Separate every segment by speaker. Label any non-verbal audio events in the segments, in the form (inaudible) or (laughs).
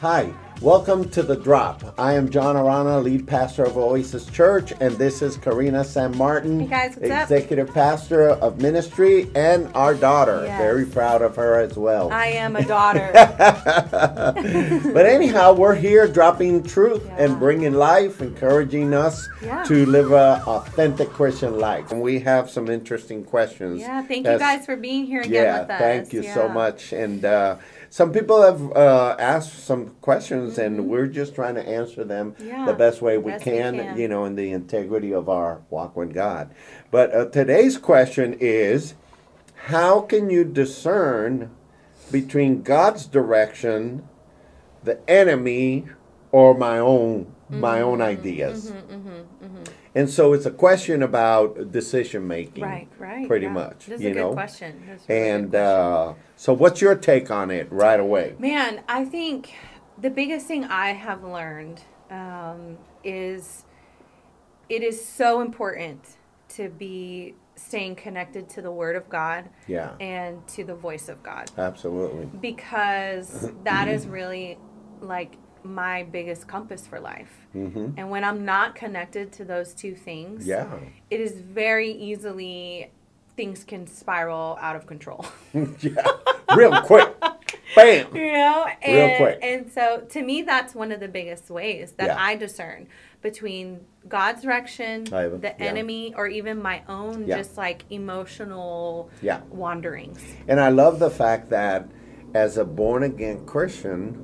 Speaker 1: Hi, welcome to The Drop. I am John Arana, lead pastor of Oasis Church, and this is Karina San Martin,
Speaker 2: Hey, guys, what's up?
Speaker 1: executive pastor of ministry, and our daughter.
Speaker 2: Yes.
Speaker 1: Very proud of her as well.
Speaker 2: I am a daughter.
Speaker 1: (laughs) but anyhow, we're here dropping truth and
Speaker 2: Yeah.
Speaker 1: bringing life, encouraging us
Speaker 2: Yeah.
Speaker 1: to live a authentic Christian life. And we have some interesting questions.
Speaker 2: yeah, thank you
Speaker 1: that's-
Speaker 2: guys for being here again
Speaker 1: yeah,
Speaker 2: with us.
Speaker 1: thank you so
Speaker 2: Yeah.
Speaker 1: much. And uh, some people have uh, asked some questions, and we're just trying to answer them
Speaker 2: Mm-hmm. Yeah,
Speaker 1: the best way we
Speaker 2: best we
Speaker 1: can,
Speaker 2: can.
Speaker 1: you know, in the integrity of our walk with God. But uh, today's question is how can you discern between God's direction, the enemy, or my own my own
Speaker 2: Mm-hmm.
Speaker 1: ideas? And so it's a question about decision making.
Speaker 2: Right, right.
Speaker 1: Pretty
Speaker 2: yeah.
Speaker 1: much.
Speaker 2: This is
Speaker 1: you
Speaker 2: a good
Speaker 1: know?
Speaker 2: question. This is a really
Speaker 1: And
Speaker 2: good
Speaker 1: uh,
Speaker 2: question.
Speaker 1: so, what's your take on it right away?
Speaker 2: Man, I think the biggest thing I have learned um, is it is so important to be staying connected to the Word of God
Speaker 1: Yeah,
Speaker 2: and to the voice of God.
Speaker 1: absolutely. (clears throat)
Speaker 2: because that is really like my biggest compass for life.
Speaker 1: Mhm.
Speaker 2: And when I'm not connected to those two things,
Speaker 1: Yeah,
Speaker 2: it is very easily things can spiral out of control.
Speaker 1: (laughs) (laughs) yeah. Real quick, bam.
Speaker 2: you know?
Speaker 1: Real
Speaker 2: And
Speaker 1: quick.
Speaker 2: and so to me that's one of the biggest ways that
Speaker 1: Yeah.
Speaker 2: I discern between God's direction,
Speaker 1: I have a-
Speaker 2: the
Speaker 1: yeah.
Speaker 2: enemy, or even my own
Speaker 1: Yeah.
Speaker 2: just like emotional
Speaker 1: Yeah.
Speaker 2: wanderings.
Speaker 1: And I love the fact that as a born again Christian,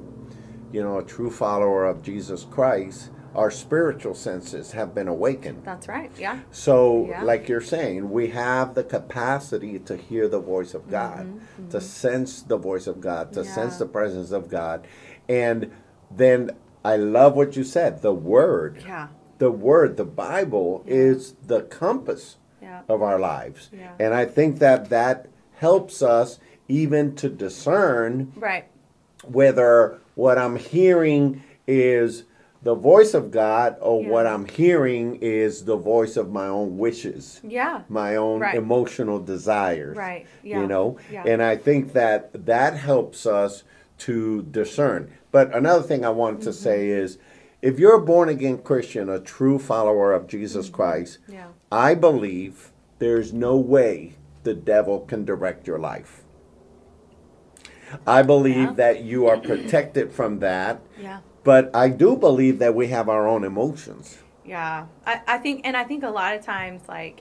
Speaker 1: you know, a true follower of Jesus Christ, our spiritual senses have been awakened.
Speaker 2: That's right. Yeah.
Speaker 1: So,
Speaker 2: Yeah.
Speaker 1: like you're saying, we have the capacity to hear the voice of God, to sense the voice of God, to sense
Speaker 2: Mm-hmm, Yeah.
Speaker 1: the presence of God. And then I love what you said the Word.
Speaker 2: Yeah.
Speaker 1: The Word, the Bible, is the compass
Speaker 2: Yeah.
Speaker 1: of our lives.
Speaker 2: Yeah.
Speaker 1: And I think that that helps us even to discern
Speaker 2: Right.
Speaker 1: whether what I'm hearing is the voice of God or
Speaker 2: Yeah.
Speaker 1: what I'm hearing is the voice of my own wishes,
Speaker 2: Yeah.
Speaker 1: my own
Speaker 2: Right.
Speaker 1: emotional desires.
Speaker 2: Right, yeah,
Speaker 1: You know?
Speaker 2: yeah.
Speaker 1: And I think that that helps us to discern. But another thing I wanted to
Speaker 2: Mm-hmm.
Speaker 1: say is if you're a born again Christian, a true follower of Jesus Christ,
Speaker 2: Mm-hmm. Yeah.
Speaker 1: I believe there's no way the devil can direct your life. I believe
Speaker 2: Yeah.
Speaker 1: that you are protected from that,
Speaker 2: Yeah.
Speaker 1: but I do believe that we have our own emotions.
Speaker 2: Yeah. I, I think, and I think a lot of times, like,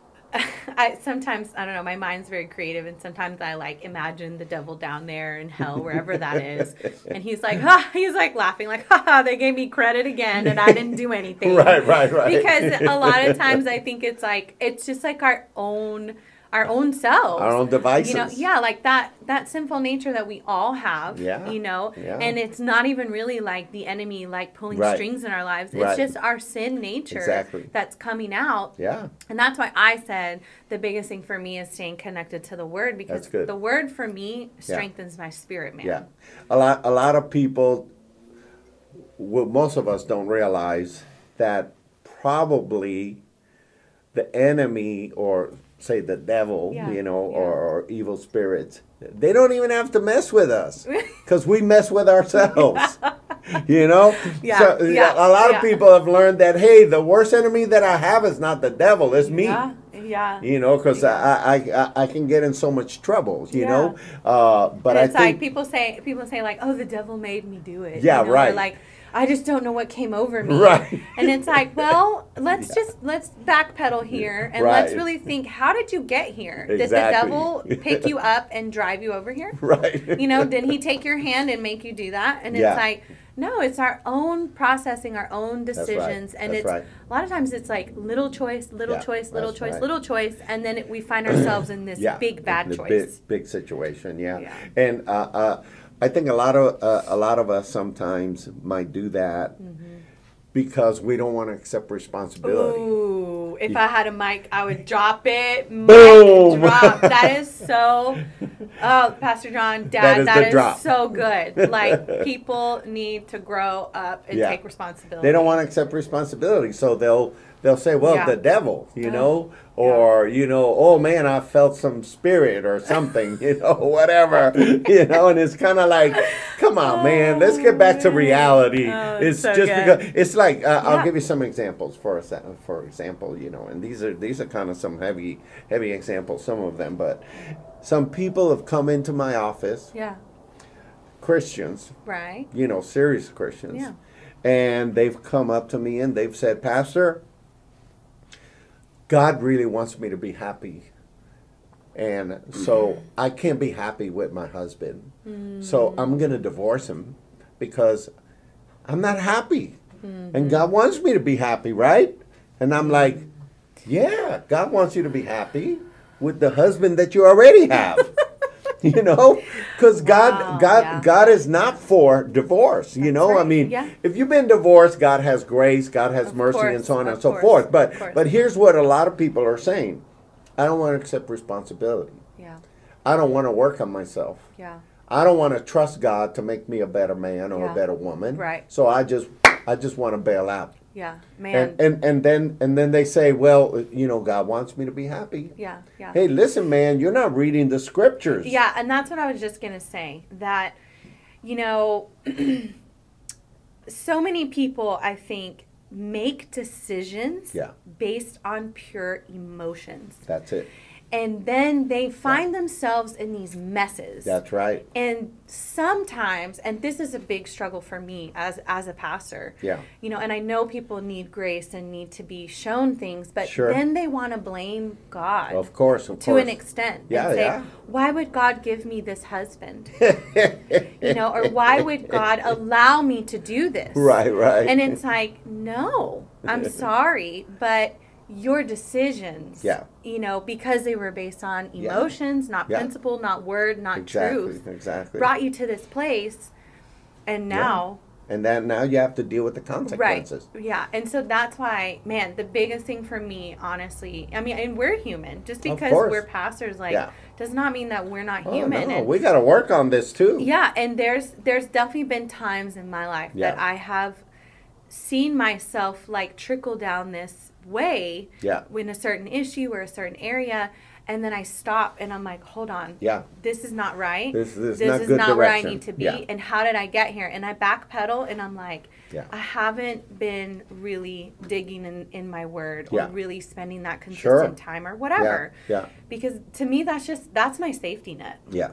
Speaker 2: (laughs) I sometimes, I don't know, my mind's very creative, and sometimes I like imagine the devil down there in hell, wherever that
Speaker 1: (laughs)
Speaker 2: is. And he's like, ha, he's like laughing, like, ha, ha, they gave me credit again, and I didn't do
Speaker 1: (laughs)
Speaker 2: anything.
Speaker 1: right, right.
Speaker 2: Because a
Speaker 1: (laughs)
Speaker 2: lot of times I think it's like, it's just like our own. Our own selves,
Speaker 1: Our own
Speaker 2: You know,
Speaker 1: devices.
Speaker 2: yeah, like that that sinful nature that we all have.
Speaker 1: Yeah,
Speaker 2: You know,
Speaker 1: yeah.
Speaker 2: and it's not even really like the enemy like pulling
Speaker 1: Right.
Speaker 2: strings in our lives.
Speaker 1: Right.
Speaker 2: It's just our sin nature
Speaker 1: Exactly.
Speaker 2: that's coming out.
Speaker 1: yeah,
Speaker 2: And that's why I said the biggest thing for me is staying connected to the word
Speaker 1: That's
Speaker 2: because
Speaker 1: good.
Speaker 2: the word for me strengthens my spirit, man.
Speaker 1: yeah. A lot, a lot of people, well, most of us don't realize that probably the enemy or say the devil,
Speaker 2: Yeah,
Speaker 1: you know,
Speaker 2: yeah.
Speaker 1: or, or evil spirits, they don't even have to mess with
Speaker 2: (laughs)
Speaker 1: us because we mess with ourselves. You know,
Speaker 2: Yeah,
Speaker 1: so
Speaker 2: yeah,
Speaker 1: a lot of
Speaker 2: yeah.
Speaker 1: people have learned that hey, the worst enemy that I have is not the devil, it's me.
Speaker 2: Yeah. Yeah.
Speaker 1: You know, because I, I, I I can get in so much trouble. You
Speaker 2: Yeah.
Speaker 1: know, uh, but
Speaker 2: And
Speaker 1: I
Speaker 2: it's like
Speaker 1: think
Speaker 2: people say people say like, Oh, the devil made me do it.
Speaker 1: Yeah,
Speaker 2: you know? They're
Speaker 1: right.
Speaker 2: Like I just don't know what came over me.
Speaker 1: Right.
Speaker 2: And
Speaker 1: (laughs)
Speaker 2: it's like, well, let's just let's backpedal here and let's
Speaker 1: Right.
Speaker 2: really think, how did you get here? Did the
Speaker 1: Exactly. (laughs)
Speaker 2: devil pick you up and drive you over here?
Speaker 1: right.
Speaker 2: you know did
Speaker 1: (laughs)
Speaker 2: he take your hand and make you do that and
Speaker 1: Yeah.
Speaker 2: it's like no it's our own processing our own
Speaker 1: right.
Speaker 2: decisions and
Speaker 1: That's
Speaker 2: it's
Speaker 1: right.
Speaker 2: a lot of times it's like little choice little
Speaker 1: Yeah,
Speaker 2: choice little
Speaker 1: that's
Speaker 2: choice
Speaker 1: right.
Speaker 2: little choice and then it,
Speaker 1: (clears throat)
Speaker 2: we find ourselves in this big bad
Speaker 1: the
Speaker 2: choice
Speaker 1: Big, big situation, yeah.
Speaker 2: Yeah.
Speaker 1: And uh, uh, I think a lot of uh, a lot of us sometimes
Speaker 2: Mm-hmm.
Speaker 1: might do that because we don't want to accept responsibility.
Speaker 2: Ooh, if I had a mic, I would drop it. mic
Speaker 1: (laughs)
Speaker 2: and
Speaker 1: Boom.
Speaker 2: Drop. That
Speaker 1: (laughs)
Speaker 2: is so. Oh, Pastor John,
Speaker 1: That
Speaker 2: Dad,
Speaker 1: is
Speaker 2: that
Speaker 1: the
Speaker 2: is
Speaker 1: drop. (laughs)
Speaker 2: so good. Like people need to grow up and
Speaker 1: Yeah.
Speaker 2: take responsibility.
Speaker 1: They don't want to accept responsibility, so they'll they'll say, "Well,
Speaker 2: Yeah.
Speaker 1: the devil," you
Speaker 2: Yeah.
Speaker 1: know, or you know, "Oh man, I felt some spirit or something," (laughs) you know, whatever, (laughs) you know, and it's kind of like, "Come on, man, let's get back to
Speaker 2: Oh, man.
Speaker 1: reality."
Speaker 2: Oh,
Speaker 1: it's
Speaker 2: it's so
Speaker 1: just
Speaker 2: good.
Speaker 1: because it's like uh, I'll
Speaker 2: Yeah.
Speaker 1: give you some examples for a se- for example, you know, and these are these are kind of some heavy heavy examples, some of them, but some people have come into my office,
Speaker 2: Yeah.
Speaker 1: Christians,
Speaker 2: Right.
Speaker 1: you know, serious Christians.
Speaker 2: Yeah.
Speaker 1: And they've come up to me and they've said, Pastor, God really wants me to be happy. And so I can't be happy with my husband. So I'm going to divorce him because I'm not happy. And God wants me to be happy, right? And I'm like, yeah, God wants you to be happy with the husband that you already have. (laughs) you know? Cuz God
Speaker 2: Wow,
Speaker 1: God
Speaker 2: yeah.
Speaker 1: God is not for divorce, you know? I
Speaker 2: right,
Speaker 1: mean,
Speaker 2: yeah.
Speaker 1: if you've been divorced, God has grace, God has
Speaker 2: Of
Speaker 1: mercy and
Speaker 2: course,
Speaker 1: so on
Speaker 2: of
Speaker 1: and so
Speaker 2: course,
Speaker 1: forth.
Speaker 2: of
Speaker 1: But
Speaker 2: course.
Speaker 1: but here's what a lot of people are saying. I don't want to accept responsibility.
Speaker 2: Yeah.
Speaker 1: I don't want to work on myself.
Speaker 2: Yeah.
Speaker 1: I don't want to trust God to make me a better man or a
Speaker 2: Yeah.
Speaker 1: better woman.
Speaker 2: Right.
Speaker 1: So I just I just want to bail out.
Speaker 2: Yeah. Man.
Speaker 1: And, and and then and then they say, well, you know, God wants me to be happy.
Speaker 2: yeah. Yeah.
Speaker 1: Hey, listen, man, you're not reading the scriptures.
Speaker 2: Yeah, and that's what I was just going to say that, you know, (clears throat) so many people, I think, make decisions
Speaker 1: Yeah.
Speaker 2: based on pure emotions.
Speaker 1: That's it.
Speaker 2: And then they find themselves in these messes.
Speaker 1: That's right.
Speaker 2: And sometimes, and this is a big struggle for me as as a pastor.
Speaker 1: Yeah.
Speaker 2: You know, and I know people need grace and need to be shown things, but
Speaker 1: Sure.
Speaker 2: then they want to blame God
Speaker 1: Of course, of
Speaker 2: to
Speaker 1: course.
Speaker 2: an extent
Speaker 1: Yeah,
Speaker 2: and say,
Speaker 1: yeah.
Speaker 2: why would God give me this husband? you
Speaker 1: (laughs)
Speaker 2: know, or why would God allow me to do this?
Speaker 1: Right, right.
Speaker 2: And it's like, no,
Speaker 1: (laughs)
Speaker 2: I'm sorry, but your decisions,
Speaker 1: Yeah.
Speaker 2: you know, because they were based on
Speaker 1: Yeah.
Speaker 2: emotions, not
Speaker 1: Yeah.
Speaker 2: principle, not word,
Speaker 1: (laughs)
Speaker 2: not
Speaker 1: exactly,
Speaker 2: truth,
Speaker 1: exactly.
Speaker 2: brought you to this place. And now,
Speaker 1: And then now you have to deal with the consequences.
Speaker 2: Right. Yeah. And so that's why, man, the biggest thing for me, honestly, I mean, and we're human. Just
Speaker 1: Of
Speaker 2: because
Speaker 1: course.
Speaker 2: we're pastors, like,
Speaker 1: Yeah.
Speaker 2: does not mean that we're not
Speaker 1: Oh,
Speaker 2: human.
Speaker 1: no,
Speaker 2: and,
Speaker 1: we got to work on this too.
Speaker 2: yeah. And there's there's definitely been times in my life
Speaker 1: Yeah.
Speaker 2: that I have seen myself like trickle down this way
Speaker 1: Yeah.
Speaker 2: when a certain issue or a certain area and then I stop and I'm like, hold on.
Speaker 1: Yeah.
Speaker 2: This is not right.
Speaker 1: This is
Speaker 2: this
Speaker 1: not
Speaker 2: is
Speaker 1: good
Speaker 2: not where I
Speaker 1: direction.
Speaker 2: need to be.
Speaker 1: Yeah.
Speaker 2: And how did I get here? And I backpedal and I'm like,
Speaker 1: Yeah.
Speaker 2: I haven't been really digging in, in my word
Speaker 1: Yeah.
Speaker 2: or really spending that consistent
Speaker 1: Sure.
Speaker 2: time or
Speaker 1: Yeah.
Speaker 2: whatever.
Speaker 1: Yeah.
Speaker 2: Because to me, that's just, that's my safety net.
Speaker 1: Yeah.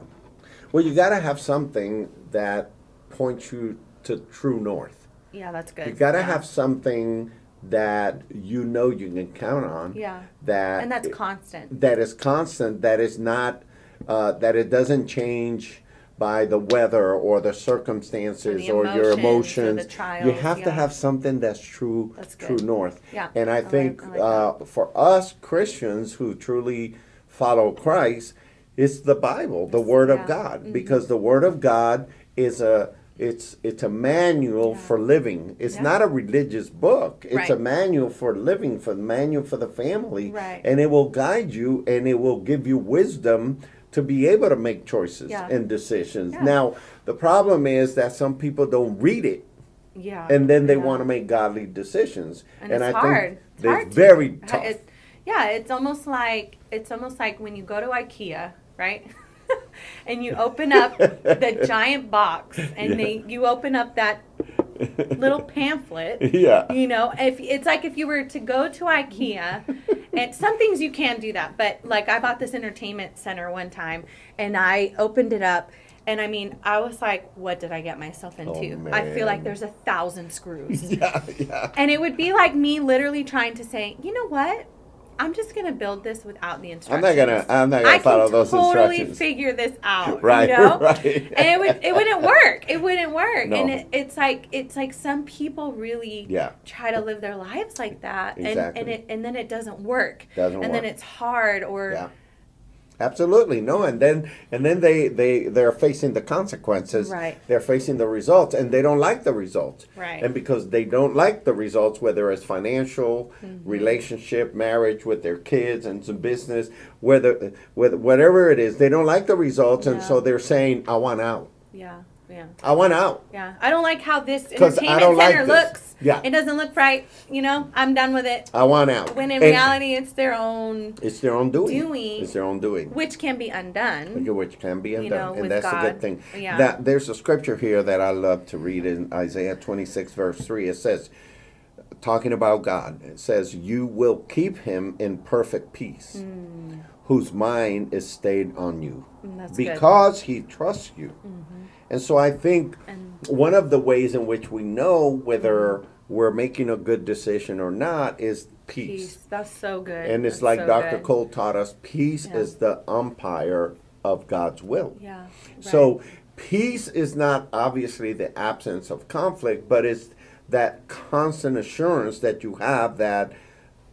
Speaker 1: Well, you got to have something that points you to true north.
Speaker 2: Yeah, that's good.
Speaker 1: You got to
Speaker 2: Yeah.
Speaker 1: have something that you know you can count on.
Speaker 2: Yeah.
Speaker 1: That
Speaker 2: And that's constant.
Speaker 1: that is constant, that is not, uh, that it doesn't change by the weather or the circumstances or, your
Speaker 2: emotions or the
Speaker 1: emotions. you
Speaker 2: trials,
Speaker 1: have to
Speaker 2: yeah.
Speaker 1: have something that's true,
Speaker 2: That's
Speaker 1: true
Speaker 2: good.
Speaker 1: north.
Speaker 2: Yeah,
Speaker 1: And I
Speaker 2: I like-
Speaker 1: think
Speaker 2: I like that.
Speaker 1: uh, for us Christians who truly follow Christ, it's the Bible, the Word of
Speaker 2: Yeah. Mm-hmm.
Speaker 1: God, because the Word of God is a it's it's a manual
Speaker 2: Yeah.
Speaker 1: for living. It's
Speaker 2: Yeah.
Speaker 1: not a religious book. It's a
Speaker 2: Right.
Speaker 1: manual for living, for the manual for the family,
Speaker 2: Right.
Speaker 1: and it will guide you and it will give you wisdom to be able to make choices
Speaker 2: Yeah.
Speaker 1: and decisions.
Speaker 2: Yeah.
Speaker 1: Now, the problem is that some people don't read it
Speaker 2: Yeah.
Speaker 1: and then they
Speaker 2: yeah.
Speaker 1: want to make godly decisions.
Speaker 2: and, it's hard. it's
Speaker 1: they're
Speaker 2: hard to-
Speaker 1: very
Speaker 2: I-
Speaker 1: tough.
Speaker 2: It, yeah, it's almost like it's almost like when you go to IKEA, right? (laughs) and you open
Speaker 1: (laughs)
Speaker 2: up the giant box, and
Speaker 1: Yeah.
Speaker 2: they you open up that little pamphlet.
Speaker 1: (laughs) (laughs) yeah.
Speaker 2: You know, if it's like if you were to go
Speaker 1: (laughs)
Speaker 2: to IKEA, and some things you can do that, but like I bought this entertainment center one time, and I opened it up. And I mean, I was like, what did I get myself into? I feel
Speaker 1: Oh, man.
Speaker 2: like there's a thousand
Speaker 1: (laughs)
Speaker 2: screws.
Speaker 1: Yeah, yeah.
Speaker 2: And it would be like me literally trying to say, you know what? I'm just gonna build this without the
Speaker 1: I'm
Speaker 2: instructions.
Speaker 1: not gonna. I'm not gonna
Speaker 2: I can
Speaker 1: follow those
Speaker 2: totally
Speaker 1: instructions.
Speaker 2: figure this out.
Speaker 1: Right,
Speaker 2: You
Speaker 1: (laughs)
Speaker 2: know?
Speaker 1: right.
Speaker 2: And it would it wouldn't work. It wouldn't work.
Speaker 1: No.
Speaker 2: And it, it's like it's like some people really
Speaker 1: Yeah.
Speaker 2: try to live their lives like that. And
Speaker 1: Exactly.
Speaker 2: and it and then it doesn't work.
Speaker 1: Doesn't
Speaker 2: and then
Speaker 1: work.
Speaker 2: it's hard or
Speaker 1: Yeah. Absolutely no, and then and then they they they're facing the consequences.
Speaker 2: Right.
Speaker 1: They're facing the results, and they don't like the results.
Speaker 2: Right.
Speaker 1: And because they don't like the results, whether it's financial,
Speaker 2: Mm-hmm.
Speaker 1: relationship, marriage with their kids, and some business, whether with whatever it is, they don't like the results, and
Speaker 2: Yeah.
Speaker 1: so they're saying, "I want out.
Speaker 2: Yeah, yeah,
Speaker 1: I want out."
Speaker 2: yeah. I don't like how this
Speaker 1: 'Cause I
Speaker 2: entertainment
Speaker 1: don't like
Speaker 2: center
Speaker 1: this.
Speaker 2: looks.
Speaker 1: Yeah.
Speaker 2: It doesn't look right. You know, I'm done with it.
Speaker 1: I want out.
Speaker 2: When in
Speaker 1: And
Speaker 2: reality, it's their own,
Speaker 1: it's their own doing.
Speaker 2: doing-
Speaker 1: It's their own doing.
Speaker 2: which can be undone.
Speaker 1: which can be undone,
Speaker 2: know,
Speaker 1: and
Speaker 2: with
Speaker 1: that's a good
Speaker 2: God.
Speaker 1: thing.
Speaker 2: Yeah.
Speaker 1: That there's a scripture here that I love to read in Isaiah 26 verse 3. It says, talking about God, it says, "You will keep him in perfect peace, whose mind is stayed on you,
Speaker 2: Hmm. Mm, that's good. Mm-hmm.
Speaker 1: because he trusts you." And so I think
Speaker 2: And- Mm-hmm.
Speaker 1: one of the ways in which we know whether we're making a good decision or not is peace.
Speaker 2: Peace. That's so good.
Speaker 1: And it's
Speaker 2: That's
Speaker 1: like
Speaker 2: so
Speaker 1: Dr.
Speaker 2: good.
Speaker 1: Cole taught us peace
Speaker 2: Yeah.
Speaker 1: is the umpire of God's will.
Speaker 2: Yeah. right.
Speaker 1: So peace is not obviously the absence of conflict, but it's that constant assurance that you have that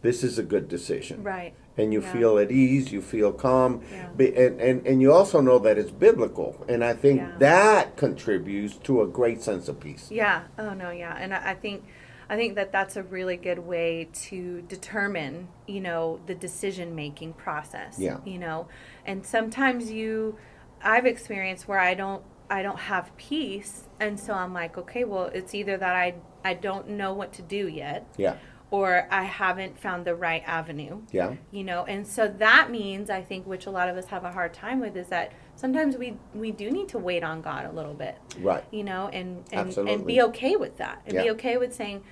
Speaker 1: this is a good decision.
Speaker 2: Right.
Speaker 1: And you
Speaker 2: Yeah.
Speaker 1: feel at ease, you feel calm,
Speaker 2: Yeah.
Speaker 1: be- and, and, and you also know that it's biblical. And I think
Speaker 2: Yeah.
Speaker 1: that contributes to a great sense of peace.
Speaker 2: Yeah. Oh no. Yeah. And I, I think, I think that that's a really good way to determine, you know, the decision making process.
Speaker 1: Yeah.
Speaker 2: You know, and sometimes you, I've experienced where I don't, I don't have peace, and so I'm like, okay, well, it's either that I, I don't know what to do yet,
Speaker 1: Yeah,
Speaker 2: or I haven't found the right avenue.
Speaker 1: yeah,
Speaker 2: you know and so that means i think which a lot of us have a hard time with is that sometimes we we do need to wait on god a little bit
Speaker 1: right.
Speaker 2: you know and and, and
Speaker 1: Absolutely.
Speaker 2: be okay with that and be
Speaker 1: Yeah.
Speaker 2: okay with saying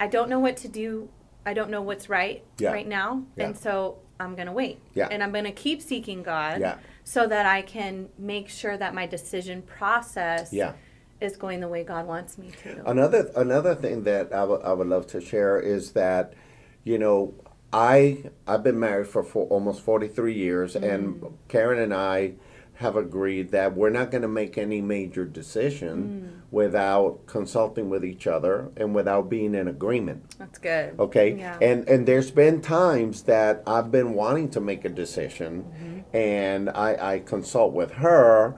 Speaker 2: i don't know what to do i don't know what's right
Speaker 1: Yeah.
Speaker 2: right now and
Speaker 1: Yeah.
Speaker 2: so i'm gonna wait
Speaker 1: Yeah.
Speaker 2: and i'm gonna keep seeking god
Speaker 1: Yeah.
Speaker 2: so that i can make sure that my decision process
Speaker 1: Yeah. Uh,
Speaker 2: is going the way god wants me to
Speaker 1: Another another thing that I would I would love to share is that, you know, I I've been married for, for almost forty three years, and Karen and I have agreed that we're not going to make any major decision without consulting with each other and without being in agreement.
Speaker 2: that's good
Speaker 1: Okay,
Speaker 2: Yeah.
Speaker 1: and and there's been times that I've been wanting to make a decision,
Speaker 2: Mm-hmm.
Speaker 1: and I I consult with her.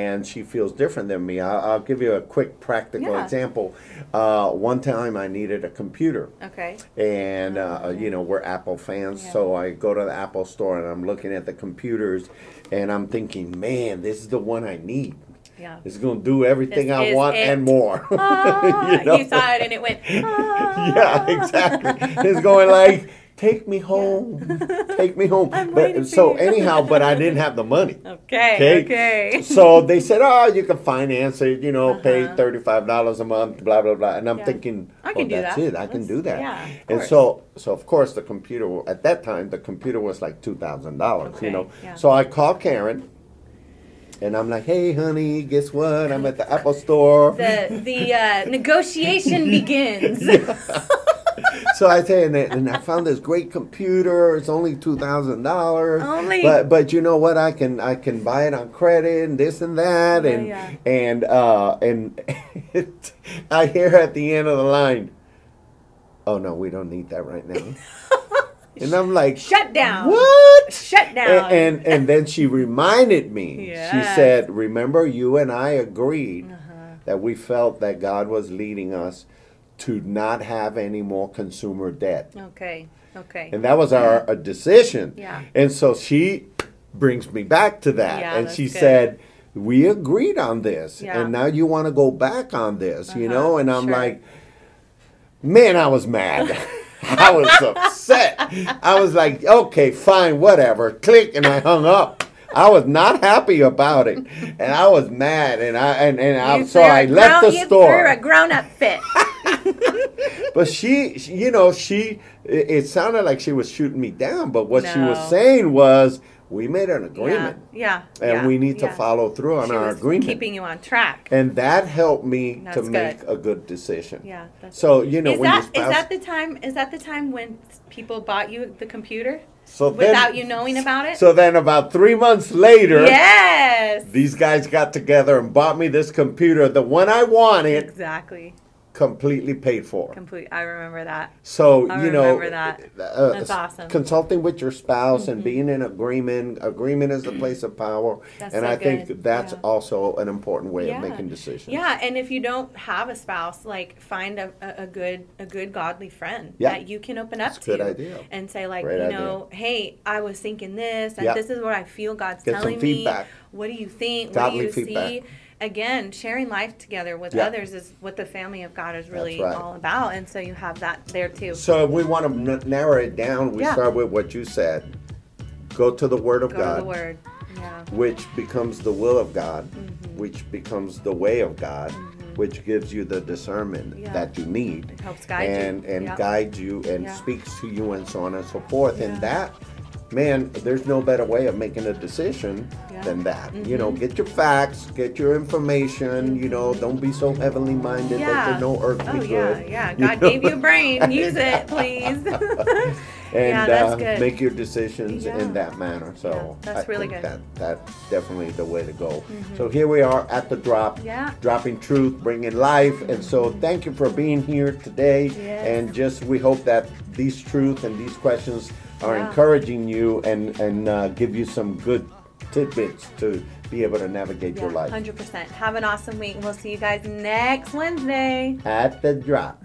Speaker 1: And she feels different than me. I'll, I'll give you a quick practical
Speaker 2: Yeah.
Speaker 1: example. Uh, one time I needed a computer,
Speaker 2: okay
Speaker 1: and uh, you know we're Apple fans,
Speaker 2: Oh, Yeah.
Speaker 1: so I go to the Apple store and I'm looking at the computers, and I'm thinking, man, this is the one I need.
Speaker 2: yeah
Speaker 1: It's gonna do everything
Speaker 2: This
Speaker 1: I
Speaker 2: is
Speaker 1: want
Speaker 2: it.
Speaker 1: and more. (laughs)
Speaker 2: Ah,
Speaker 1: You know?
Speaker 2: you saw it and
Speaker 1: (laughs)
Speaker 2: it went ah.
Speaker 1: yeah, exactly. It's going like, take me home, take me home.
Speaker 2: (laughs) I'm waiting
Speaker 1: but
Speaker 2: for
Speaker 1: so
Speaker 2: you.
Speaker 1: anyhow, but I didn't have the money.
Speaker 2: Okay. Okay.
Speaker 1: So they said, oh, you can finance it. You know, pay
Speaker 2: Uh-huh.
Speaker 1: thirty five dollars a month, blah blah blah. And I'm
Speaker 2: Yeah.
Speaker 1: thinking,
Speaker 2: I can
Speaker 1: oh,
Speaker 2: do
Speaker 1: that's
Speaker 2: that.
Speaker 1: it. I can
Speaker 2: That's-
Speaker 1: do that.
Speaker 2: yeah, of
Speaker 1: and
Speaker 2: course.
Speaker 1: so, so of course, the computer wa- at that time, the computer was like two thousand dollars. You
Speaker 2: Okay,
Speaker 1: know,
Speaker 2: yeah.
Speaker 1: so I called Karen. And I'm like, hey, honey, guess what? I'm at the Apple store.
Speaker 2: The the uh,
Speaker 1: (laughs)
Speaker 2: negotiation begins.
Speaker 1: so I say, and, and I found this great computer. It's only two thousand dollars.
Speaker 2: Only-
Speaker 1: But but you know what? I can I can buy it on credit and this and that
Speaker 2: Yeah,
Speaker 1: and
Speaker 2: yeah.
Speaker 1: and uh and (laughs) I hear at the end of the line, oh no, we don't need that right now. and I'm like,
Speaker 2: Shut down.
Speaker 1: What?
Speaker 2: Shut down.
Speaker 1: And, and and then she reminded me. She
Speaker 2: Yes. Uh-huh.
Speaker 1: said, "Remember, you and I agreed that we felt that God was leading us to not have any more consumer debt,
Speaker 2: okay. Okay.
Speaker 1: and that was our a decision."
Speaker 2: Yeah.
Speaker 1: And so she brings me back to that,
Speaker 2: Yeah,
Speaker 1: and
Speaker 2: that's
Speaker 1: she
Speaker 2: good.
Speaker 1: said. We agreed on this,
Speaker 2: Yeah.
Speaker 1: and now you want to go back on this, you
Speaker 2: Uh-huh,
Speaker 1: know? And I'm
Speaker 2: sure.
Speaker 1: like, man, I was mad. (laughs) I
Speaker 2: (laughs)
Speaker 1: was upset. I was like, okay, fine, whatever. Click, and I hung up. I was not happy about it, and I was mad, and I and and I,
Speaker 2: You
Speaker 1: so
Speaker 2: threw
Speaker 1: I
Speaker 2: a
Speaker 1: left
Speaker 2: grown-
Speaker 1: the
Speaker 2: you
Speaker 1: store.
Speaker 2: threw a grown up
Speaker 1: (laughs)
Speaker 2: fit.
Speaker 1: But she, she- you know, she. It, it sounded like she was shooting me down, but what she was
Speaker 2: No.
Speaker 1: saying was, we made an
Speaker 2: yeah.
Speaker 1: agreement,
Speaker 2: Yeah.
Speaker 1: and
Speaker 2: yeah,
Speaker 1: we need to
Speaker 2: yeah.
Speaker 1: follow through on
Speaker 2: She
Speaker 1: our
Speaker 2: was
Speaker 1: agreement.
Speaker 2: Keeping you on track.
Speaker 1: and that helped me
Speaker 2: That's
Speaker 1: to
Speaker 2: good.
Speaker 1: make a good decision.
Speaker 2: Yeah, that's-
Speaker 1: so you know
Speaker 2: is
Speaker 1: when
Speaker 2: that
Speaker 1: your
Speaker 2: is
Speaker 1: spouse,
Speaker 2: that the time? Is that the time when people bought you the computer
Speaker 1: so then-
Speaker 2: without you knowing about it?
Speaker 1: So then, about three months later,
Speaker 2: yes.
Speaker 1: these guys got together and bought me this computer, the one I wanted,
Speaker 2: Exactly.
Speaker 1: completely paid for.
Speaker 2: Complete. I remember that.
Speaker 1: So
Speaker 2: I
Speaker 1: you know,
Speaker 2: remember that.
Speaker 1: uh,
Speaker 2: That's awesome. Mm-hmm.
Speaker 1: Consulting with your spouse and being in agreement. Agreement is the place of power,
Speaker 2: That's
Speaker 1: and
Speaker 2: so
Speaker 1: I think
Speaker 2: good.
Speaker 1: that's
Speaker 2: Yeah.
Speaker 1: also an important way
Speaker 2: Yeah.
Speaker 1: of making decisions.
Speaker 2: Yeah, and if you don't have a spouse, like find a, a, a good a good godly friend
Speaker 1: Yeah.
Speaker 2: that you can open up
Speaker 1: That's a
Speaker 2: to
Speaker 1: good idea.
Speaker 2: and say like,
Speaker 1: Great
Speaker 2: you know, hey, I was thinking this and
Speaker 1: Yeah.
Speaker 2: this is what I feel God's
Speaker 1: Get some
Speaker 2: telling
Speaker 1: feedback.
Speaker 2: me. What do you think?
Speaker 1: Godly
Speaker 2: what do you
Speaker 1: feedback.
Speaker 2: see? Again, sharing life together with
Speaker 1: Yeah.
Speaker 2: others is what the family of God is really
Speaker 1: right.
Speaker 2: all about. And so you have that there too.
Speaker 1: So if we want to n- narrow it down, we
Speaker 2: Yeah.
Speaker 1: start with what you said. Go to the Word of
Speaker 2: Go
Speaker 1: God,
Speaker 2: to the word. Yeah.
Speaker 1: which becomes the will of God,
Speaker 2: Mm-hmm.
Speaker 1: which becomes the way of God, which gives you the discernment
Speaker 2: Yeah.
Speaker 1: that you need.
Speaker 2: It helps guide you.
Speaker 1: and and
Speaker 2: Yeah.
Speaker 1: guides you and
Speaker 2: Yeah.
Speaker 1: speaks to you and so on and so forth.
Speaker 2: Yeah.
Speaker 1: And that, man, there's no better way of making a decision
Speaker 2: Yeah. Mm-hmm.
Speaker 1: than that. You know, get your facts, get your information. You know, don't be so heavenly minded that
Speaker 2: Yeah.
Speaker 1: you're no earthly
Speaker 2: Oh
Speaker 1: good.
Speaker 2: yeah,
Speaker 1: (laughs)
Speaker 2: yeah.
Speaker 1: you
Speaker 2: God
Speaker 1: know?
Speaker 2: gave you a brain.
Speaker 1: (laughs)
Speaker 2: Use it, please.
Speaker 1: and
Speaker 2: yeah, that's
Speaker 1: uh,
Speaker 2: good.
Speaker 1: make your decisions
Speaker 2: Yeah.
Speaker 1: in that manner. So
Speaker 2: Yeah, that's
Speaker 1: I
Speaker 2: really
Speaker 1: think
Speaker 2: good. Mm-hmm.
Speaker 1: That that's definitely the way to go. So here we are at the drop,
Speaker 2: Yeah.
Speaker 1: dropping truth, bringing life, and so thank you for being here today.
Speaker 2: Yes.
Speaker 1: And just we hope that these truth and these questions are
Speaker 2: Yeah.
Speaker 1: encouraging you and and uh, give you some good tidbits to be able to navigate your
Speaker 2: Yeah,
Speaker 1: life.
Speaker 2: 100%. Have an awesome week. and We'll see you guys next Wednesday.
Speaker 1: At the drop.